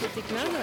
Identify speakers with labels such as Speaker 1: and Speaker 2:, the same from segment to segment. Speaker 1: Платить надо?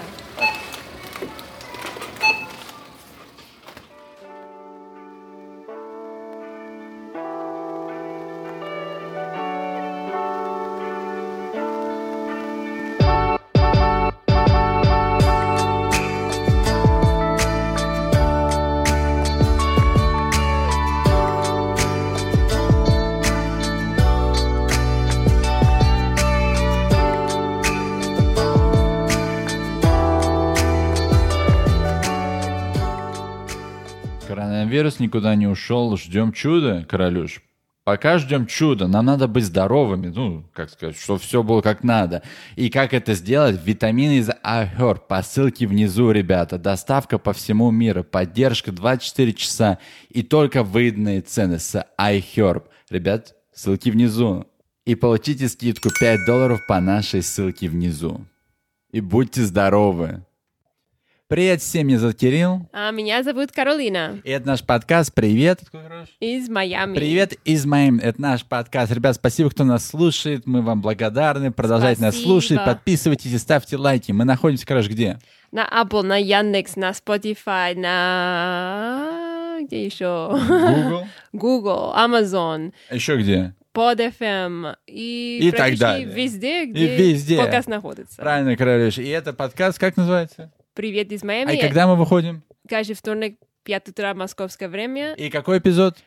Speaker 2: Коронавирус никуда не ушел. Ждем чуда, королюш. Пока ждем чуда, нам надо быть здоровыми, ну, как сказать, чтобы все было как надо. И как это сделать? Витамины из Ахер по ссылке внизу, ребята. Доставка по всему миру, поддержка 24 часа и только выданные цены с iHerb. Ребят, ссылки внизу. И получите скидку 5 долларов по нашей ссылке внизу. И будьте здоровы. Привет всем, меня зовут Кирилл.
Speaker 1: А меня зовут Каролина
Speaker 2: И это наш подкаст «Привет».
Speaker 1: из Майами.
Speaker 2: Привет из моим. Это наш подкаст. Ребят, спасибо, кто нас слушает. Мы вам благодарны. Продолжайте нас
Speaker 1: Спасибо.
Speaker 2: слушать. Подписывайтесь и ставьте лайки. Мы находимся, короче, где?
Speaker 1: На Apple, на Яндекс, на Spotify, на... Где еще?
Speaker 2: Google.
Speaker 1: Google, Amazon,
Speaker 2: Еще где?
Speaker 1: PodFM и,
Speaker 2: И так
Speaker 1: практически
Speaker 2: далее.
Speaker 1: везде,
Speaker 2: И
Speaker 1: где
Speaker 2: везде.
Speaker 1: подкаст находится.
Speaker 2: Правильно, королевич. И это подкаст, как называется?
Speaker 1: Привет из
Speaker 2: А
Speaker 1: Майами.
Speaker 2: и когда мы выходим?
Speaker 1: Каждый вторник, 5 утра московское время,
Speaker 2: И какой эпизод?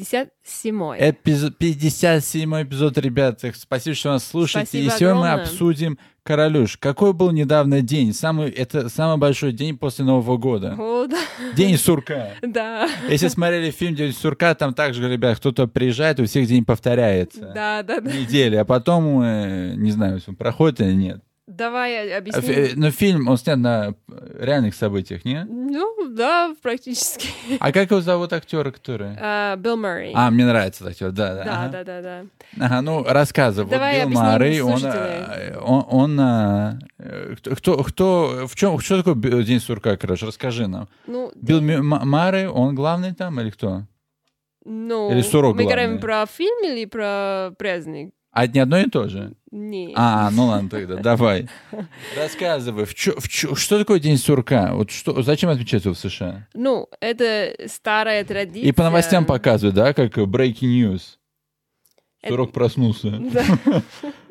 Speaker 1: 57
Speaker 2: Эпизод 57 эпизод, ребят. Эх, Спасибо, что нас слушаете. и
Speaker 1: Спасибо
Speaker 2: сегодня мы
Speaker 1: огромное.
Speaker 2: обсудим, королюш, какой был недавно день? Самый, это самый большой день после Нового года.
Speaker 1: О, да.
Speaker 2: День сурка.
Speaker 1: Да,
Speaker 2: Если смотрели фильм «День сурка», там также, ребят, кто-то приезжает, у всех день повторяется.
Speaker 1: да, да, да.
Speaker 2: Недели, а потом, э, не знаю, если он проходит или нет.
Speaker 1: Давай э,
Speaker 2: А фи-
Speaker 1: объясни.
Speaker 2: э, Но фильм, он снят на э, реальных событиях, не?
Speaker 1: Ну, да, практически.
Speaker 2: А как его зовут актера, который?
Speaker 1: А, Билл Мурray.
Speaker 2: А, мне нравится этот актер, да, да.
Speaker 1: Да,
Speaker 2: ага.
Speaker 1: да, да, да.
Speaker 2: Ага, ну, рассказывай. Вот
Speaker 1: Давай
Speaker 2: Билл
Speaker 1: объясним
Speaker 2: Мurray, он,
Speaker 1: слушателям.
Speaker 2: э, он, он, э, э, кто- кто, кто, в чем, что такое Б- День сурка, короче, расскажи нам.
Speaker 1: Ну,
Speaker 2: Билл Ми- Ма- Мurray, он главный там или кто?
Speaker 1: ну,
Speaker 2: Или сурок
Speaker 1: мы
Speaker 2: главный.
Speaker 1: говорим про фильм или про праздник?
Speaker 2: А не одно и то же?
Speaker 1: Не.
Speaker 2: А, ну ладно тогда, давай. Рассказывай, в чё- в чё- что такое День сурка? Вот что, зачем отмечать его в США?
Speaker 1: Ну, это старая традиция.
Speaker 2: И по новостям
Speaker 1: эм,
Speaker 2: показывают, да, как э, breaking news.
Speaker 1: Это-
Speaker 2: Сурок проснулся.
Speaker 1: Да.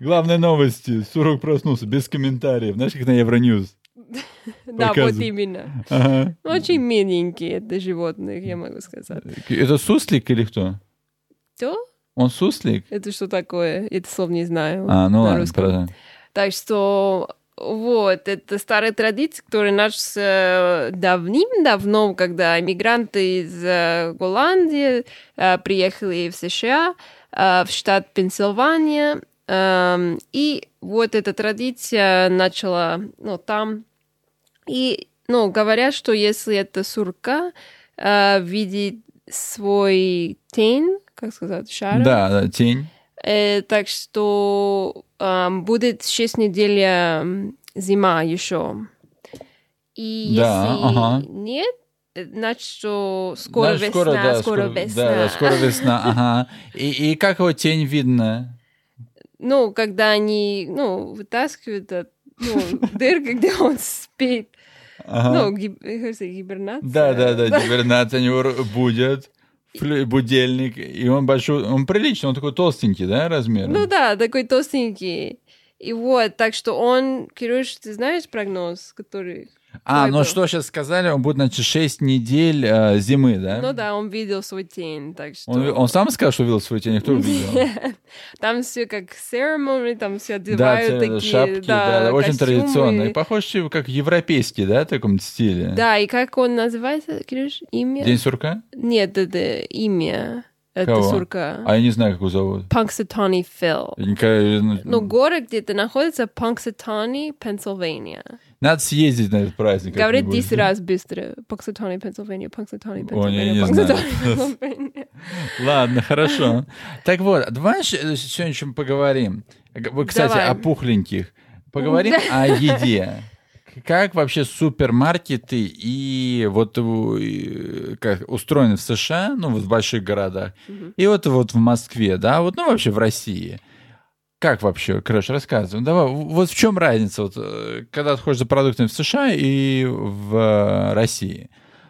Speaker 2: Главные новости. Сурок проснулся, без комментариев. Знаешь, как на Евроньюз?
Speaker 1: Да, вот
Speaker 2: Показывают.
Speaker 1: именно.
Speaker 2: Ага.
Speaker 1: Очень миленькие это животные, я могу сказать.
Speaker 2: Это суслик или кто?
Speaker 1: То?
Speaker 2: Он суслик?
Speaker 1: Это что такое? Это слов не знаю.
Speaker 2: А, ну
Speaker 1: на
Speaker 2: ладно,
Speaker 1: русском.
Speaker 2: продолжай.
Speaker 1: Так что вот, это старая традиция, которая началась давным-давно, когда иммигранты из э, Голландии э, приехали в США, э, в штат Пенсильвания. Эм, И вот эта традиция начала ну, там. И ну, говорят, что если это сурка э, видит свой тень, как сказать, шар,
Speaker 2: Да, да, тень.
Speaker 1: Э, так что ам, будет 6 недель ам, зима еще. И
Speaker 2: Да,
Speaker 1: если
Speaker 2: ага.
Speaker 1: нет, э, значит, что скоро
Speaker 2: Знаешь,
Speaker 1: весна,
Speaker 2: скоро,
Speaker 1: скоро,
Speaker 2: да,
Speaker 1: весна.
Speaker 2: Да, да, скоро весна, ага. И, и как его тень видно?
Speaker 1: Ну, когда они, ну, вытаскивают от, ну, дырка, где он спит.
Speaker 2: Ага.
Speaker 1: Ну, гиб- э, как это, гибернация.
Speaker 2: Да, да, да, теперь Натанюр будет флю- будильник, и он большой, он приличный, он такой толстенький, да, размер?
Speaker 1: Ну да, такой толстенький. И вот, так что он, Кирюш, ты знаешь прогноз, который...
Speaker 2: а, ну
Speaker 1: это-
Speaker 2: что сейчас сказали, он будет, значит, 6 недель э, зимы, да?
Speaker 1: Ну да, он видел свой тень, так что...
Speaker 2: Он, он сам сказал, что видел свою тень, а кто его видел?
Speaker 1: Там все как ceremony, там все
Speaker 2: Да,
Speaker 1: одевают
Speaker 2: те-
Speaker 1: такие,
Speaker 2: шапки, да, да, очень
Speaker 1: костюмы.
Speaker 2: традиционно. И похож типа, как европейский, да, в таком стиле?
Speaker 1: Да, и как он называется, Кирюш, имя?
Speaker 2: День сурка?
Speaker 1: Нет, это имя, это
Speaker 2: Кого?
Speaker 1: сурка.
Speaker 2: А я не знаю, как его зовут.
Speaker 1: Punxsutawney Phil.
Speaker 2: Я никогда-
Speaker 1: Ну, город где-то находится, Punxsutawney, Pennsylvania.
Speaker 2: Надо съездить на этот праздник.
Speaker 1: Говорит
Speaker 2: как-нибудь.
Speaker 1: 10 раз быстро. Punxsutawney, Pennsylvania, Punxsutawney,
Speaker 2: Ой, я
Speaker 1: Pennsylvania,
Speaker 2: не
Speaker 1: Punxsutawney, Pennsylvania.
Speaker 2: Ладно, хорошо. Так вот, давай ш- э, сегодня чем поговорим. Г- Вы, кстати,
Speaker 1: Давай.
Speaker 2: о пухленьких. Поговорим о еде. Как вообще супермаркеты и вот э, как устроены в США, ну, вот в больших городах, и вот вот в Москве, да, вот, ну, вообще в России. Как вообще, Крэш, рассказывай. Ну, Давай, в- вот в чем разница, вот, э, когда ты ходишь за продуктами в США и в э, России?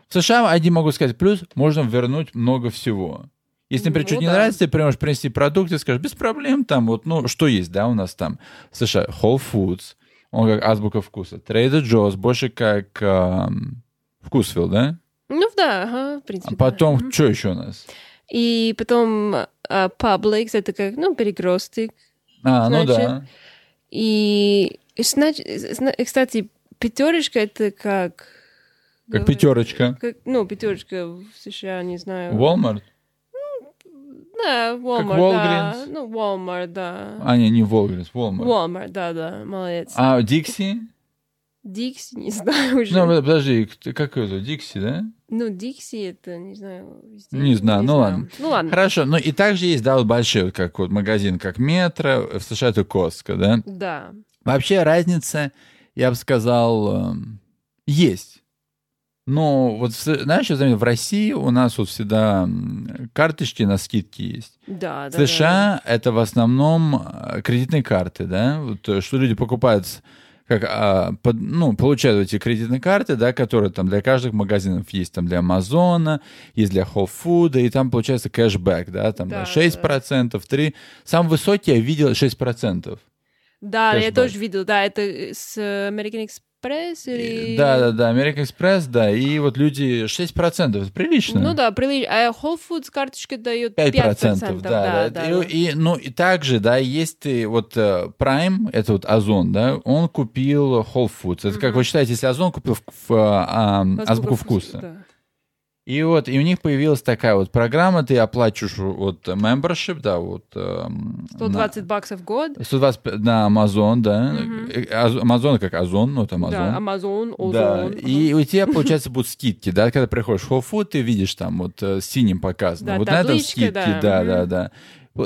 Speaker 2: В США, один могу сказать, плюс, можно вернуть много всего. Если, например,
Speaker 1: Ну
Speaker 2: что-то не
Speaker 1: да.
Speaker 2: нравится, ты прям можешь принести продукты и скажешь, без проблем, там вот, ну, что есть, да, у нас там в США? Whole Foods, он как азбука вкуса. Trader Joe's, больше как эм, вкусвилл, да?
Speaker 1: Ну да, ага, в
Speaker 2: А
Speaker 1: принципе. да.
Speaker 2: потом, что еще у нас?
Speaker 1: И потом а, Publix, это как, ну, перекресток.
Speaker 2: А, ну
Speaker 1: Значит,
Speaker 2: да.
Speaker 1: И, и знач- зна- и, кстати, пятерочка это как...
Speaker 2: Как
Speaker 1: говорят,
Speaker 2: пятерочка.
Speaker 1: как- ну, пятерочка в США, не знаю.
Speaker 2: Walmart?
Speaker 1: Да, Walmart, да.
Speaker 2: Walgreens.
Speaker 1: Ну, Walmart, да.
Speaker 2: А, не, не Walgreens, Walmart.
Speaker 1: Walmart, да-да, молодец.
Speaker 2: А Дикси?
Speaker 1: Дикси, не знаю уже.
Speaker 2: Ну, подожди, кто- как его зовут? Дикси, да?
Speaker 1: Ну, Дикси это, не знаю. везде,
Speaker 2: Не знаю, ну ладно.
Speaker 1: Ну ладно.
Speaker 2: Хорошо, ну и также есть, да, вот большие, вот как вот магазин, как Метро, в США это Коска, да?
Speaker 1: Да.
Speaker 2: Вообще разница, я бы сказал, эм, есть. Но вот, в С- знаешь, я заметил, в России у нас вот всегда м, карточки на скидки есть.
Speaker 1: Да, да.
Speaker 2: В
Speaker 1: да.
Speaker 2: США это в основном э, кредитные карты, да, вот, э, что люди покупают, с- как, а, под- ну, получают эти кредитные карты, да, которые там для каждых магазинов есть, там для Амазона, есть для Whole Food, и там получается кэшбэк, да, там
Speaker 1: Да,
Speaker 2: 6%, 3%. Сам высокий я видел 6%.
Speaker 1: Да, я
Speaker 2: Кэшбэк.
Speaker 1: тоже видел, да, это с э, American Express или...
Speaker 2: Да-да-да, American Express, да, и вот люди 6%, это прилично.
Speaker 1: Ну да, прилично. А Whole Foods карточка дает
Speaker 2: 5%,
Speaker 1: 5%.
Speaker 2: процентов, да,
Speaker 1: да,
Speaker 2: да, И-
Speaker 1: да.
Speaker 2: И, ну, и также, да, есть и вот э, Prime, это вот Озон, да, он купил Whole Foods. Это как
Speaker 1: Мгм.
Speaker 2: вы считаете, если Озон купил в- в, э, а, м,
Speaker 1: Азбука
Speaker 2: азбуку вкуса?
Speaker 1: да.
Speaker 2: И вот, и у них появилась такая вот программа, ты оплачиваешь вот э, membership, да, вот... э, м, на-
Speaker 1: 120 баксов в год.
Speaker 2: 120 на Amazon, да.
Speaker 1: Мгм.
Speaker 2: Э, Аз- Amazon как Озон, вот Amazon.
Speaker 1: Да, Амазон, Озон.
Speaker 2: Да,
Speaker 1: ага.
Speaker 2: и у тебя, получается, будут скидки, да, когда приходишь в Whole Food, ты видишь там вот э, синим показано,
Speaker 1: Да,
Speaker 2: вот на этом
Speaker 1: табличка,
Speaker 2: скидки, да,
Speaker 1: да.
Speaker 2: да,
Speaker 1: Мгм.
Speaker 2: да.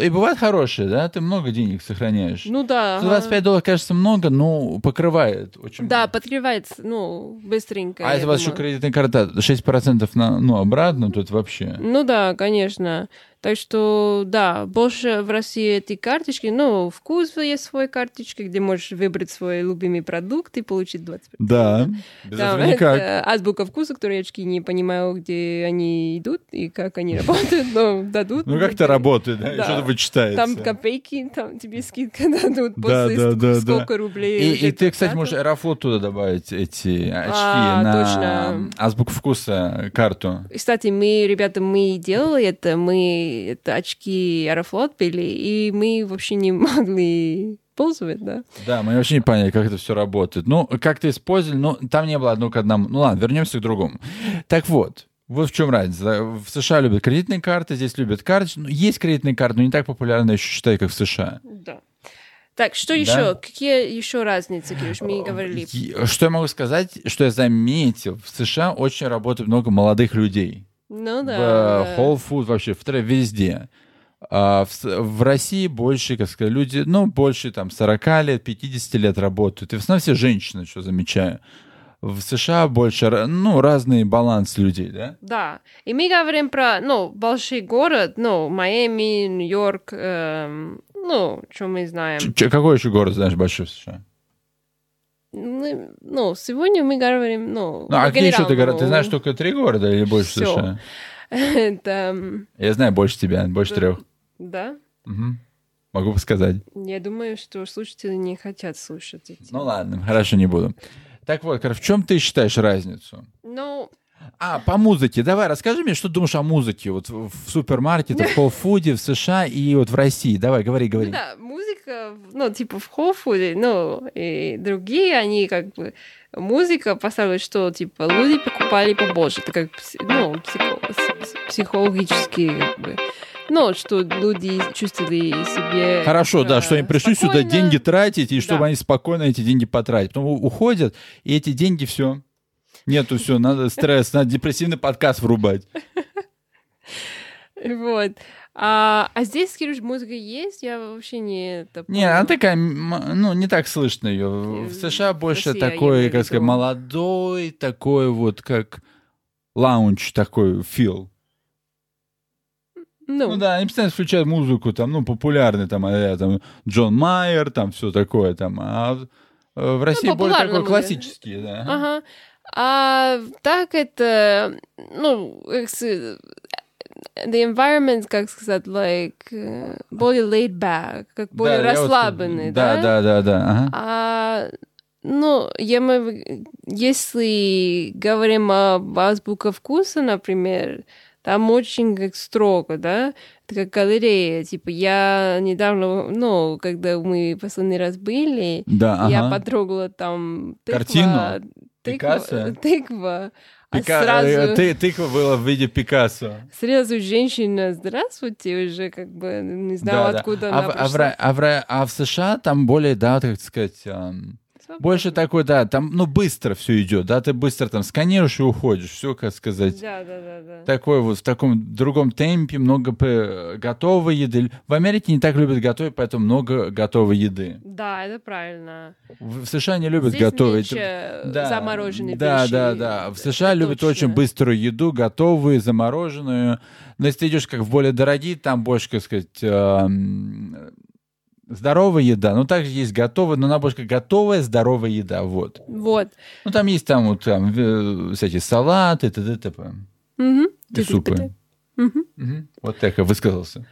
Speaker 2: И бывают хорошие, да, ты много денег сохраняешь.
Speaker 1: Ну да. ага.
Speaker 2: 125 долларов, кажется, много, но покрывает очень.
Speaker 1: Да, подкрывается, ну, быстренько.
Speaker 2: А
Speaker 1: я
Speaker 2: если у вас еще
Speaker 1: думаю.
Speaker 2: кредитная карта 6% на, ну, обратно, тут вообще.
Speaker 1: Ну да, конечно. Так что, да, больше в России эти карточки, ну, вкус есть свой карточки, где можешь выбрать свой любимый продукт и получить 20%.
Speaker 2: Да, без
Speaker 1: Там
Speaker 2: этого никак.
Speaker 1: это азбука вкуса, которые я очки не понимаю, где они идут и как они работают, но дадут.
Speaker 2: Ну, как-то работает, да, и
Speaker 1: Да.
Speaker 2: что-то вычитается.
Speaker 1: Там копейки, там тебе скидка дадут
Speaker 2: Да,
Speaker 1: после
Speaker 2: да,
Speaker 1: ск-
Speaker 2: да, да.
Speaker 1: сколько рублей.
Speaker 2: И, и
Speaker 1: уже
Speaker 2: ты, кстати,
Speaker 1: потратил.
Speaker 2: можешь Аэрофлот туда добавить эти очки
Speaker 1: А,
Speaker 2: на
Speaker 1: точно.
Speaker 2: азбук вкуса карту.
Speaker 1: Кстати, мы, ребята, мы делали это, мы это очки Аэрофлот пили, и мы вообще не могли пользоваться, да?
Speaker 2: Да, мы вообще не поняли, как это все работает. Ну, как-то использовали, но там не было одно к одному. Ну ладно, вернемся к другому. Так вот, вот в чем разница. да. В США любят кредитные карты, здесь любят карточные. Ну, есть кредитные карты, но не так популярны еще, считай, как в США.
Speaker 1: Да. Так, что
Speaker 2: Да. Э,
Speaker 1: еще? Какие еще разницы, Кирюш, мы говорили?
Speaker 2: Е- Что я могу сказать, что я заметил, в США очень работает много молодых людей.
Speaker 1: Ну да.
Speaker 2: в
Speaker 1: да.
Speaker 2: э, Whole Food вообще, в тре- везде. А в, с- в России больше, как сказать, люди, ну, больше там 40 лет, 50 лет работают. И в основном все женщины, что замечаю. В США больше, ра- ну, разный баланс людей, да?
Speaker 1: Да. И мы говорим про, ну, большой город, ну, Майами, Нью-Йорк, эм, ну, что мы знаем.
Speaker 2: Ч- ч- какой еще город, знаешь, большой в США?
Speaker 1: Ну, ну, сегодня мы говорим, ну,
Speaker 2: Ну, а где еще ты
Speaker 1: генерально.
Speaker 2: город? Ты знаешь только три города или больше
Speaker 1: Всё.
Speaker 2: США?
Speaker 1: Это, м,
Speaker 2: Я знаю больше тебя, больше
Speaker 1: Да.
Speaker 2: трех.
Speaker 1: да,
Speaker 2: Мгм. Могу подсказать.
Speaker 1: я думаю, что слушатели не хотят слушать эти.
Speaker 2: Ну, ладно, хорошо, не буду. Так вот, Кар, в чем ты считаешь разницу?
Speaker 1: Ну,
Speaker 2: А, по музыке. Давай, расскажи мне, что ты думаешь о музыке вот в в супермаркетах, в Холфуде, в США и вот в России. Давай, говори,
Speaker 1: ну
Speaker 2: говори.
Speaker 1: да, музыка, ну, типа в Хофуде, ну, и другие, они как бы музыка поставила, что, типа, люди покупали побольше, это как, пси- ну, психо- с- с- психологически, как бы, ну, что люди чувствовали себе...
Speaker 2: Хорошо, да, что им пришли сюда
Speaker 1: спокойно.
Speaker 2: деньги тратить, и чтобы
Speaker 1: Да.
Speaker 2: они спокойно эти деньги потратили. Потом у- уходят, и эти деньги все. Нету все, надо стресс, надо депрессивный подкаст врубать.
Speaker 1: Вот. А, а здесь, Кирюш, музыка есть? Я вообще не... это
Speaker 2: Не, она
Speaker 1: поняла.
Speaker 2: такая, м, ну, не так слышно ее. В в
Speaker 1: Э,
Speaker 2: США больше
Speaker 1: Россия, я
Speaker 2: такой,
Speaker 1: имею в
Speaker 2: как сказать,
Speaker 1: виду.
Speaker 2: молодой, такой вот, как лаунч такой, фил.
Speaker 1: Ну,
Speaker 2: Ну да, они постоянно включают музыку, там, ну, популярный, там, а, там Джон Майер, там, все такое, там. А э, в России более
Speaker 1: Ну, популярно
Speaker 2: такой
Speaker 1: будет.
Speaker 2: классический, да.
Speaker 1: Ага. А так это, ну, экс- the environment, как сказать, like, э, более laid back, как
Speaker 2: Да,
Speaker 1: более
Speaker 2: я вот-
Speaker 1: расслабленный,
Speaker 2: да? Да, да, да, ага.
Speaker 1: А, ну, я мы, если говорим об азбука вкуса, например, там очень как строго, да, это как галерея. Типа я недавно, ну, когда мы последний раз были,
Speaker 2: Да,
Speaker 1: я
Speaker 2: ага.
Speaker 1: потрогала там тыква,
Speaker 2: Картину?
Speaker 1: тыква,
Speaker 2: Пикассо?
Speaker 1: тыква, а
Speaker 2: Пика- э,
Speaker 1: сразу,
Speaker 2: ты- тыква была в виде Пикассо.
Speaker 1: сразу женщина, здравствуйте, уже как бы не знала,
Speaker 2: Да, да.
Speaker 1: откуда
Speaker 2: а,
Speaker 1: она
Speaker 2: в- а в,
Speaker 1: пришла.
Speaker 2: Ра- а в Ра- а в США там более, да, так сказать, ам, больше такой, да, там, ну, быстро все идет, да, ты быстро там сканируешь и уходишь, все, как сказать,
Speaker 1: Да, да, да, да.
Speaker 2: такой вот, в таком другом темпе, много п- готовой еды. В Америке не так любят готовить, поэтому много готовой еды.
Speaker 1: Да, это правильно.
Speaker 2: В в США не любят
Speaker 1: Здесь
Speaker 2: готовить.
Speaker 1: меньше э,
Speaker 2: Да,
Speaker 1: замороженные
Speaker 2: да,
Speaker 1: вещи.
Speaker 2: Да, да, В США
Speaker 1: Это
Speaker 2: любят
Speaker 1: точно.
Speaker 2: очень быструю еду, готовую, замороженную. Но если ты идешь как в более дорогие, там больше, как сказать, эм, здоровая еда. Ну, также есть готовая, но она больше как готовая здоровая еда, вот.
Speaker 1: Вот.
Speaker 2: Ну, там есть там вот там, э, всякие салаты, т.д. т.п.
Speaker 1: Мгм.
Speaker 2: И супы.
Speaker 1: Мгм.
Speaker 2: Мгм. Вот так я высказался.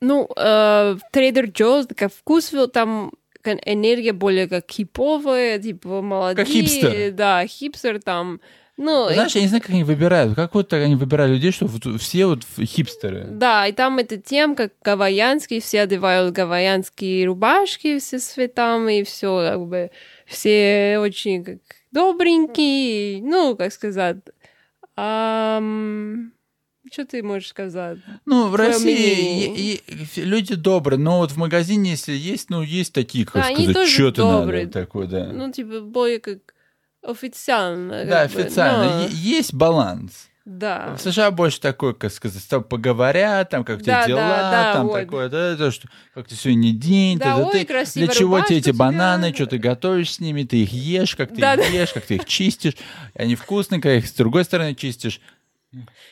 Speaker 1: Ну, э, в Trader Joe's, как вкус, там кон- энергия более как хиповая, типа молодые.
Speaker 2: хипстер.
Speaker 1: Да, хипстер там. Ну, и-
Speaker 2: Знаешь, я не знаю, как они выбирают. Как вот так они выбирают людей, что вот все вот хипстеры.
Speaker 1: да, и там эта тем, как гавайянские, все одевают гавайянские рубашки все с цветами, и все, как бы, все очень как добренькие, ну, как сказать. что ты можешь сказать?
Speaker 2: Ну, в
Speaker 1: Твое
Speaker 2: России
Speaker 1: мнение.
Speaker 2: и- и ф- люди добрые, но вот в магазине, если есть, ну, есть такие, как
Speaker 1: Да, они
Speaker 2: сказать,
Speaker 1: тоже
Speaker 2: что ты
Speaker 1: добрые.
Speaker 2: надо, такой, да.
Speaker 1: ну, типа, более как официально.
Speaker 2: Э. да,
Speaker 1: как бы,
Speaker 2: официально.
Speaker 1: но-
Speaker 2: Е- Есть баланс.
Speaker 1: Да.
Speaker 2: В США больше такое, как сказать, с тобой поговорят, там, как у тебя
Speaker 1: Да, да,
Speaker 2: дела,
Speaker 1: да,
Speaker 2: там
Speaker 1: вот.
Speaker 2: такое, да, то, что как ты сегодня день,
Speaker 1: Да,
Speaker 2: ты-
Speaker 1: ой,
Speaker 2: ты-
Speaker 1: красивая
Speaker 2: для чего
Speaker 1: рубашка
Speaker 2: тебе эти
Speaker 1: у тебя.
Speaker 2: бананы, что ты готовишь с ними, ты их ешь, как ты
Speaker 1: Да, да.
Speaker 2: их ешь, как ты их чистишь, они вкусные, когда их с другой стороны чистишь.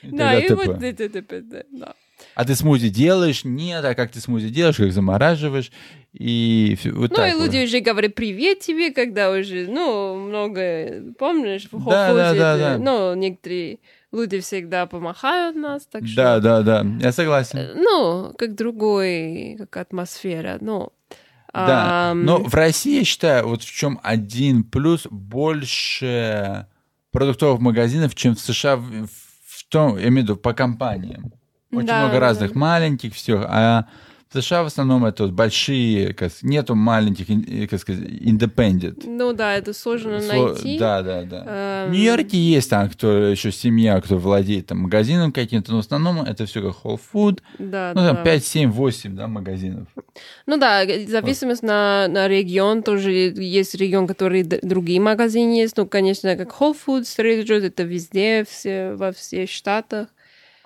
Speaker 2: и
Speaker 1: Да,
Speaker 2: т.д.
Speaker 1: и
Speaker 2: т.п.
Speaker 1: вот это, это, да, да.
Speaker 2: А ты смузи делаешь? Нет, а как ты смузи делаешь, как замораживаешь? И всё- вот
Speaker 1: Ну,
Speaker 2: так
Speaker 1: и
Speaker 2: вот.
Speaker 1: люди уже говорят привет тебе, когда уже, ну, много, помнишь, в
Speaker 2: Да, да,
Speaker 1: Хоффузе,
Speaker 2: да,
Speaker 1: это,
Speaker 2: да.
Speaker 1: ну, некоторые люди всегда помахают нас, так что...
Speaker 2: Да, да, да, я согласен.
Speaker 1: э, Ну, как другой, как атмосфера, ну...
Speaker 2: Да.
Speaker 1: ам,
Speaker 2: Но в России, я считаю, вот в чем один плюс, больше продуктовых магазинов, чем в США, в, в том, я имею в виду, по компаниям. Очень
Speaker 1: Да,
Speaker 2: много
Speaker 1: да.
Speaker 2: разных маленьких, все. А в США в основном это вот большие, как с- нету маленьких, ин- э, как сказать, independent.
Speaker 1: Ну да, это сложно
Speaker 2: Сло-
Speaker 1: найти.
Speaker 2: Да, да, да.
Speaker 1: Эм.
Speaker 2: В Нью-Йорке есть там, кто еще семья, кто владеет там магазином каким-то, но в основном это все как Whole Food.
Speaker 1: Да,
Speaker 2: Ну,
Speaker 1: да.
Speaker 2: там 5, 7, 8, да, магазинов.
Speaker 1: Ну да, г- зависимость на, на регион тоже есть регион, который д- другие магазины есть. Ну, конечно, как Whole Foods, Trader Joe's, это везде, все, во всех штатах.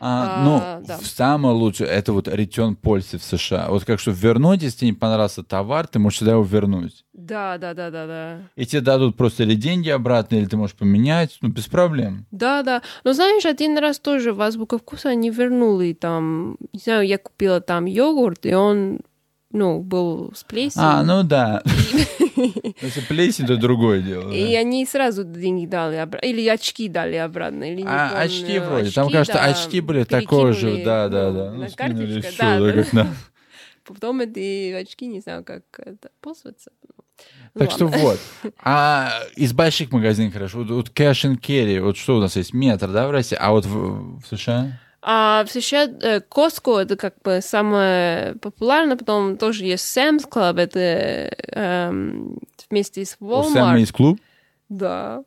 Speaker 2: А,
Speaker 1: А,
Speaker 2: ну,
Speaker 1: да.
Speaker 2: в- самое лучшее, это вот ретен пользы в США. Вот как что вернуть, если тебе не понравился товар, ты можешь всегда его вернуть.
Speaker 1: Да, да, да, да, да.
Speaker 2: И тебе дадут просто или деньги обратно, или ты можешь поменять, ну, без проблем.
Speaker 1: Да, да. Но знаешь, один раз тоже в Азбука Вкуса они вернули там, не знаю, я купила там йогурт, и он, ну, был с плесенью.
Speaker 2: А, ну да. Если плесень, то другое дело. ну да.
Speaker 1: И они сразу деньги дали обратно, или очки дали обратно, или не
Speaker 2: А,
Speaker 1: помню.
Speaker 2: очки вроде. Там, кажется,
Speaker 1: да,
Speaker 2: очки были такой же.
Speaker 1: перекинули,
Speaker 2: Да, да,
Speaker 1: ну,
Speaker 2: да.
Speaker 1: на
Speaker 2: Ну, скинули
Speaker 1: карточку,
Speaker 2: все,
Speaker 1: да, да.
Speaker 2: да, как надо.
Speaker 1: Потом эти очки, не знаю, как это, пользоваться. Ну,
Speaker 2: Так что
Speaker 1: ладно.
Speaker 2: вот. А из больших магазинов, хорошо, вот, вот Cash and Carry, вот что у нас есть? Метр, да, в России? А вот в, в США?
Speaker 1: А в США э, Costco это как бы самое популярное, потом тоже есть Sam's Club, это эм, вместе с
Speaker 2: У Сэма
Speaker 1: Walmart.
Speaker 2: есть клуб?
Speaker 1: Да.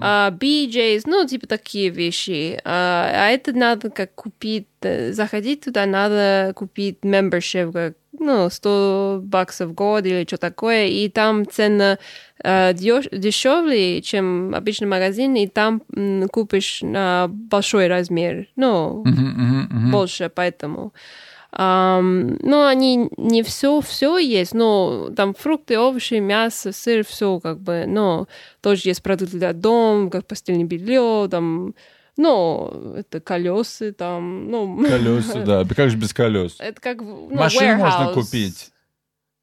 Speaker 1: А, BJ's, ну, типа такие вещи. А, а это надо как купить, э, заходить туда, надо купить membership, как, ну, 100 баксов в год или что такое, и там цена э, дё- дешевле, чем обычный магазин, и там м, купишь на большой размер, ну,
Speaker 2: Мгм, мгм, мгм.
Speaker 1: больше, поэтому... Ам, ну, они не все, все есть, но там фрукты, овощи, мясо, сыр, все как бы, но тоже есть продукты для дома, как постельное белье, там ну, это колесы там, ну,
Speaker 2: Колеса, да. Как же без колес?
Speaker 1: это как в- ну,
Speaker 2: Машины можно
Speaker 1: warehouse.
Speaker 2: купить.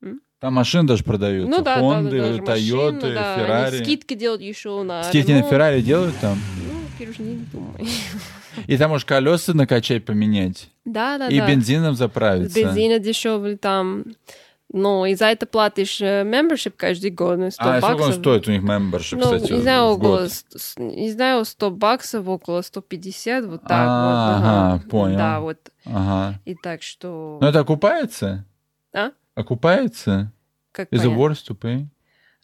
Speaker 1: М?
Speaker 2: Там машины даже продаются.
Speaker 1: Ну да, да, да,
Speaker 2: Хонды,
Speaker 1: даже машины,
Speaker 2: Тойоты,
Speaker 1: да, они
Speaker 2: Феррари.
Speaker 1: скидки делают еще на
Speaker 2: Скидки на
Speaker 1: ремонт.
Speaker 2: Феррари делают там?
Speaker 1: Ну, Кирюш, не думай.
Speaker 2: И там можешь колеса накачать, поменять.
Speaker 1: Да, да,
Speaker 2: И
Speaker 1: да.
Speaker 2: бензином заправиться.
Speaker 1: Бензина дешевле там. Ну, и за это платишь э, membership каждый год, ну, 100
Speaker 2: А сколько
Speaker 1: баксов.
Speaker 2: он стоит у них мембершип,
Speaker 1: Ну,
Speaker 2: кстати,
Speaker 1: не знаю,
Speaker 2: в год?
Speaker 1: около, ст- с- не знаю, 100 баксов, около 150, вот так
Speaker 2: А,
Speaker 1: вот.
Speaker 2: ага, понял.
Speaker 1: Да, вот.
Speaker 2: Ага.
Speaker 1: И так что...
Speaker 2: Но это окупается?
Speaker 1: А?
Speaker 2: Окупается?
Speaker 1: как
Speaker 2: Is it
Speaker 1: понятно.
Speaker 2: worth to pay?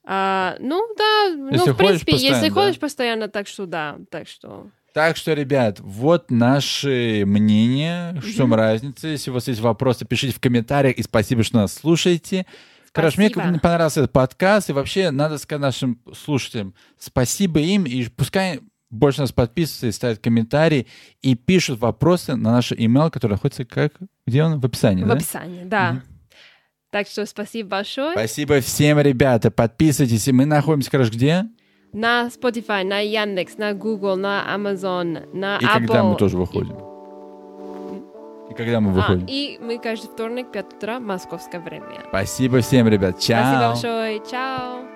Speaker 1: А, ну, да,
Speaker 2: Если
Speaker 1: ну,
Speaker 2: ходишь
Speaker 1: в принципе, если
Speaker 2: постоянно, да?
Speaker 1: ходишь постоянно, так что да, так что...
Speaker 2: Так что, ребят, вот наши мнения, в чем разница. Если у вас есть вопросы, пишите в комментариях, и спасибо, что нас слушаете. Короче, мне
Speaker 1: Спасибо.
Speaker 2: как-то понравился этот подкаст, и вообще надо сказать нашим слушателям спасибо им, и пускай больше нас подписываются и ставят комментарии, и пишут вопросы на наш email, который находится как... Где он? В описании,
Speaker 1: В
Speaker 2: да?
Speaker 1: описании, да. Так что спасибо большое.
Speaker 2: Спасибо всем, ребята. Подписывайтесь. И мы находимся, короче, где?
Speaker 1: На Spotify, на Яндекс, на Google, на Amazon, на
Speaker 2: И
Speaker 1: Apple.
Speaker 2: когда мы тоже выходим. И когда мы
Speaker 1: А,
Speaker 2: выходим.
Speaker 1: и мы каждый вторник, 5 утра, московское время.
Speaker 2: Спасибо всем, ребят. Чао.
Speaker 1: Спасибо большое. Чао.